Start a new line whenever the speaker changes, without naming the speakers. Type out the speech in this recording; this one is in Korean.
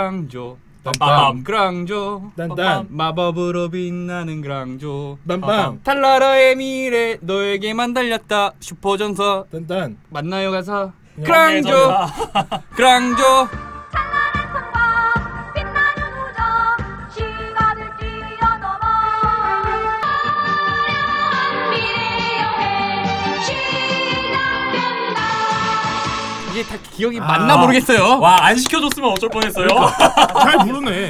그랑조
빰빰.
빰빰 그랑조
딴딴.
빰빰. 마법으로 빛나는 그랑조
빰빰.
탈라라의 미래 너에게만 달렸다 슈퍼전사
딴딴.
만나요 가사
네,
그랑조 그랑조
성공 빛나는 우정 시간을 뛰어넘어 화려한 미래 여행 시작된다
아.
이게 다 기억이 맞나 모르겠어요
와 안 시켜줬으면 어쩔 뻔했어요.
잘 부르네.